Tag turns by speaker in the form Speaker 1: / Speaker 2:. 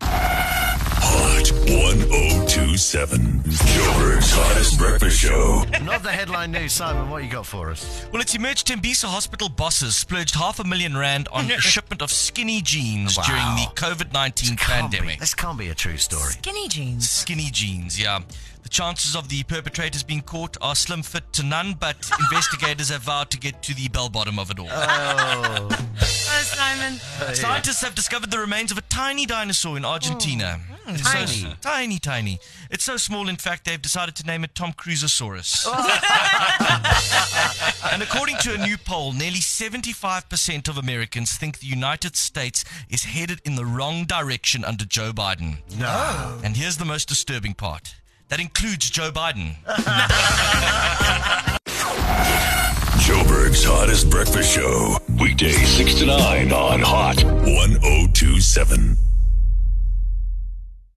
Speaker 1: 1027. Joburg's hottest breakfast show.
Speaker 2: Not the headline news, Simon. What you got for us?
Speaker 3: Well, it's emerged Tembisa hospital bosses splurged half a million rand on a shipment of skinny jeans
Speaker 2: Wow.
Speaker 3: during the COVID 19 pandemic.
Speaker 2: This can't be a true story.
Speaker 4: Skinny jeans.
Speaker 3: Skinny jeans, yeah. The chances of the perpetrators being caught are slim fit to none, but investigators have vowed to get to the bell bottom of it all.
Speaker 4: Oh, Simon.
Speaker 3: Scientists have discovered the remains of a tiny dinosaur in Argentina. It's so-
Speaker 2: Oh, hmm. Tiny.
Speaker 3: tiny, tiny. It's so small, in fact, they've decided to name it Tom Cruiseosaurus.
Speaker 2: Oh.
Speaker 3: and according to a new poll, nearly 75% of Americans think the United States is headed in the wrong direction under Joe Biden.
Speaker 2: No.
Speaker 3: And here's the most disturbing part that includes Joe Biden.
Speaker 1: Joburg's oh hottest breakfast show. Weekday 6 to 9 on Hot 1027.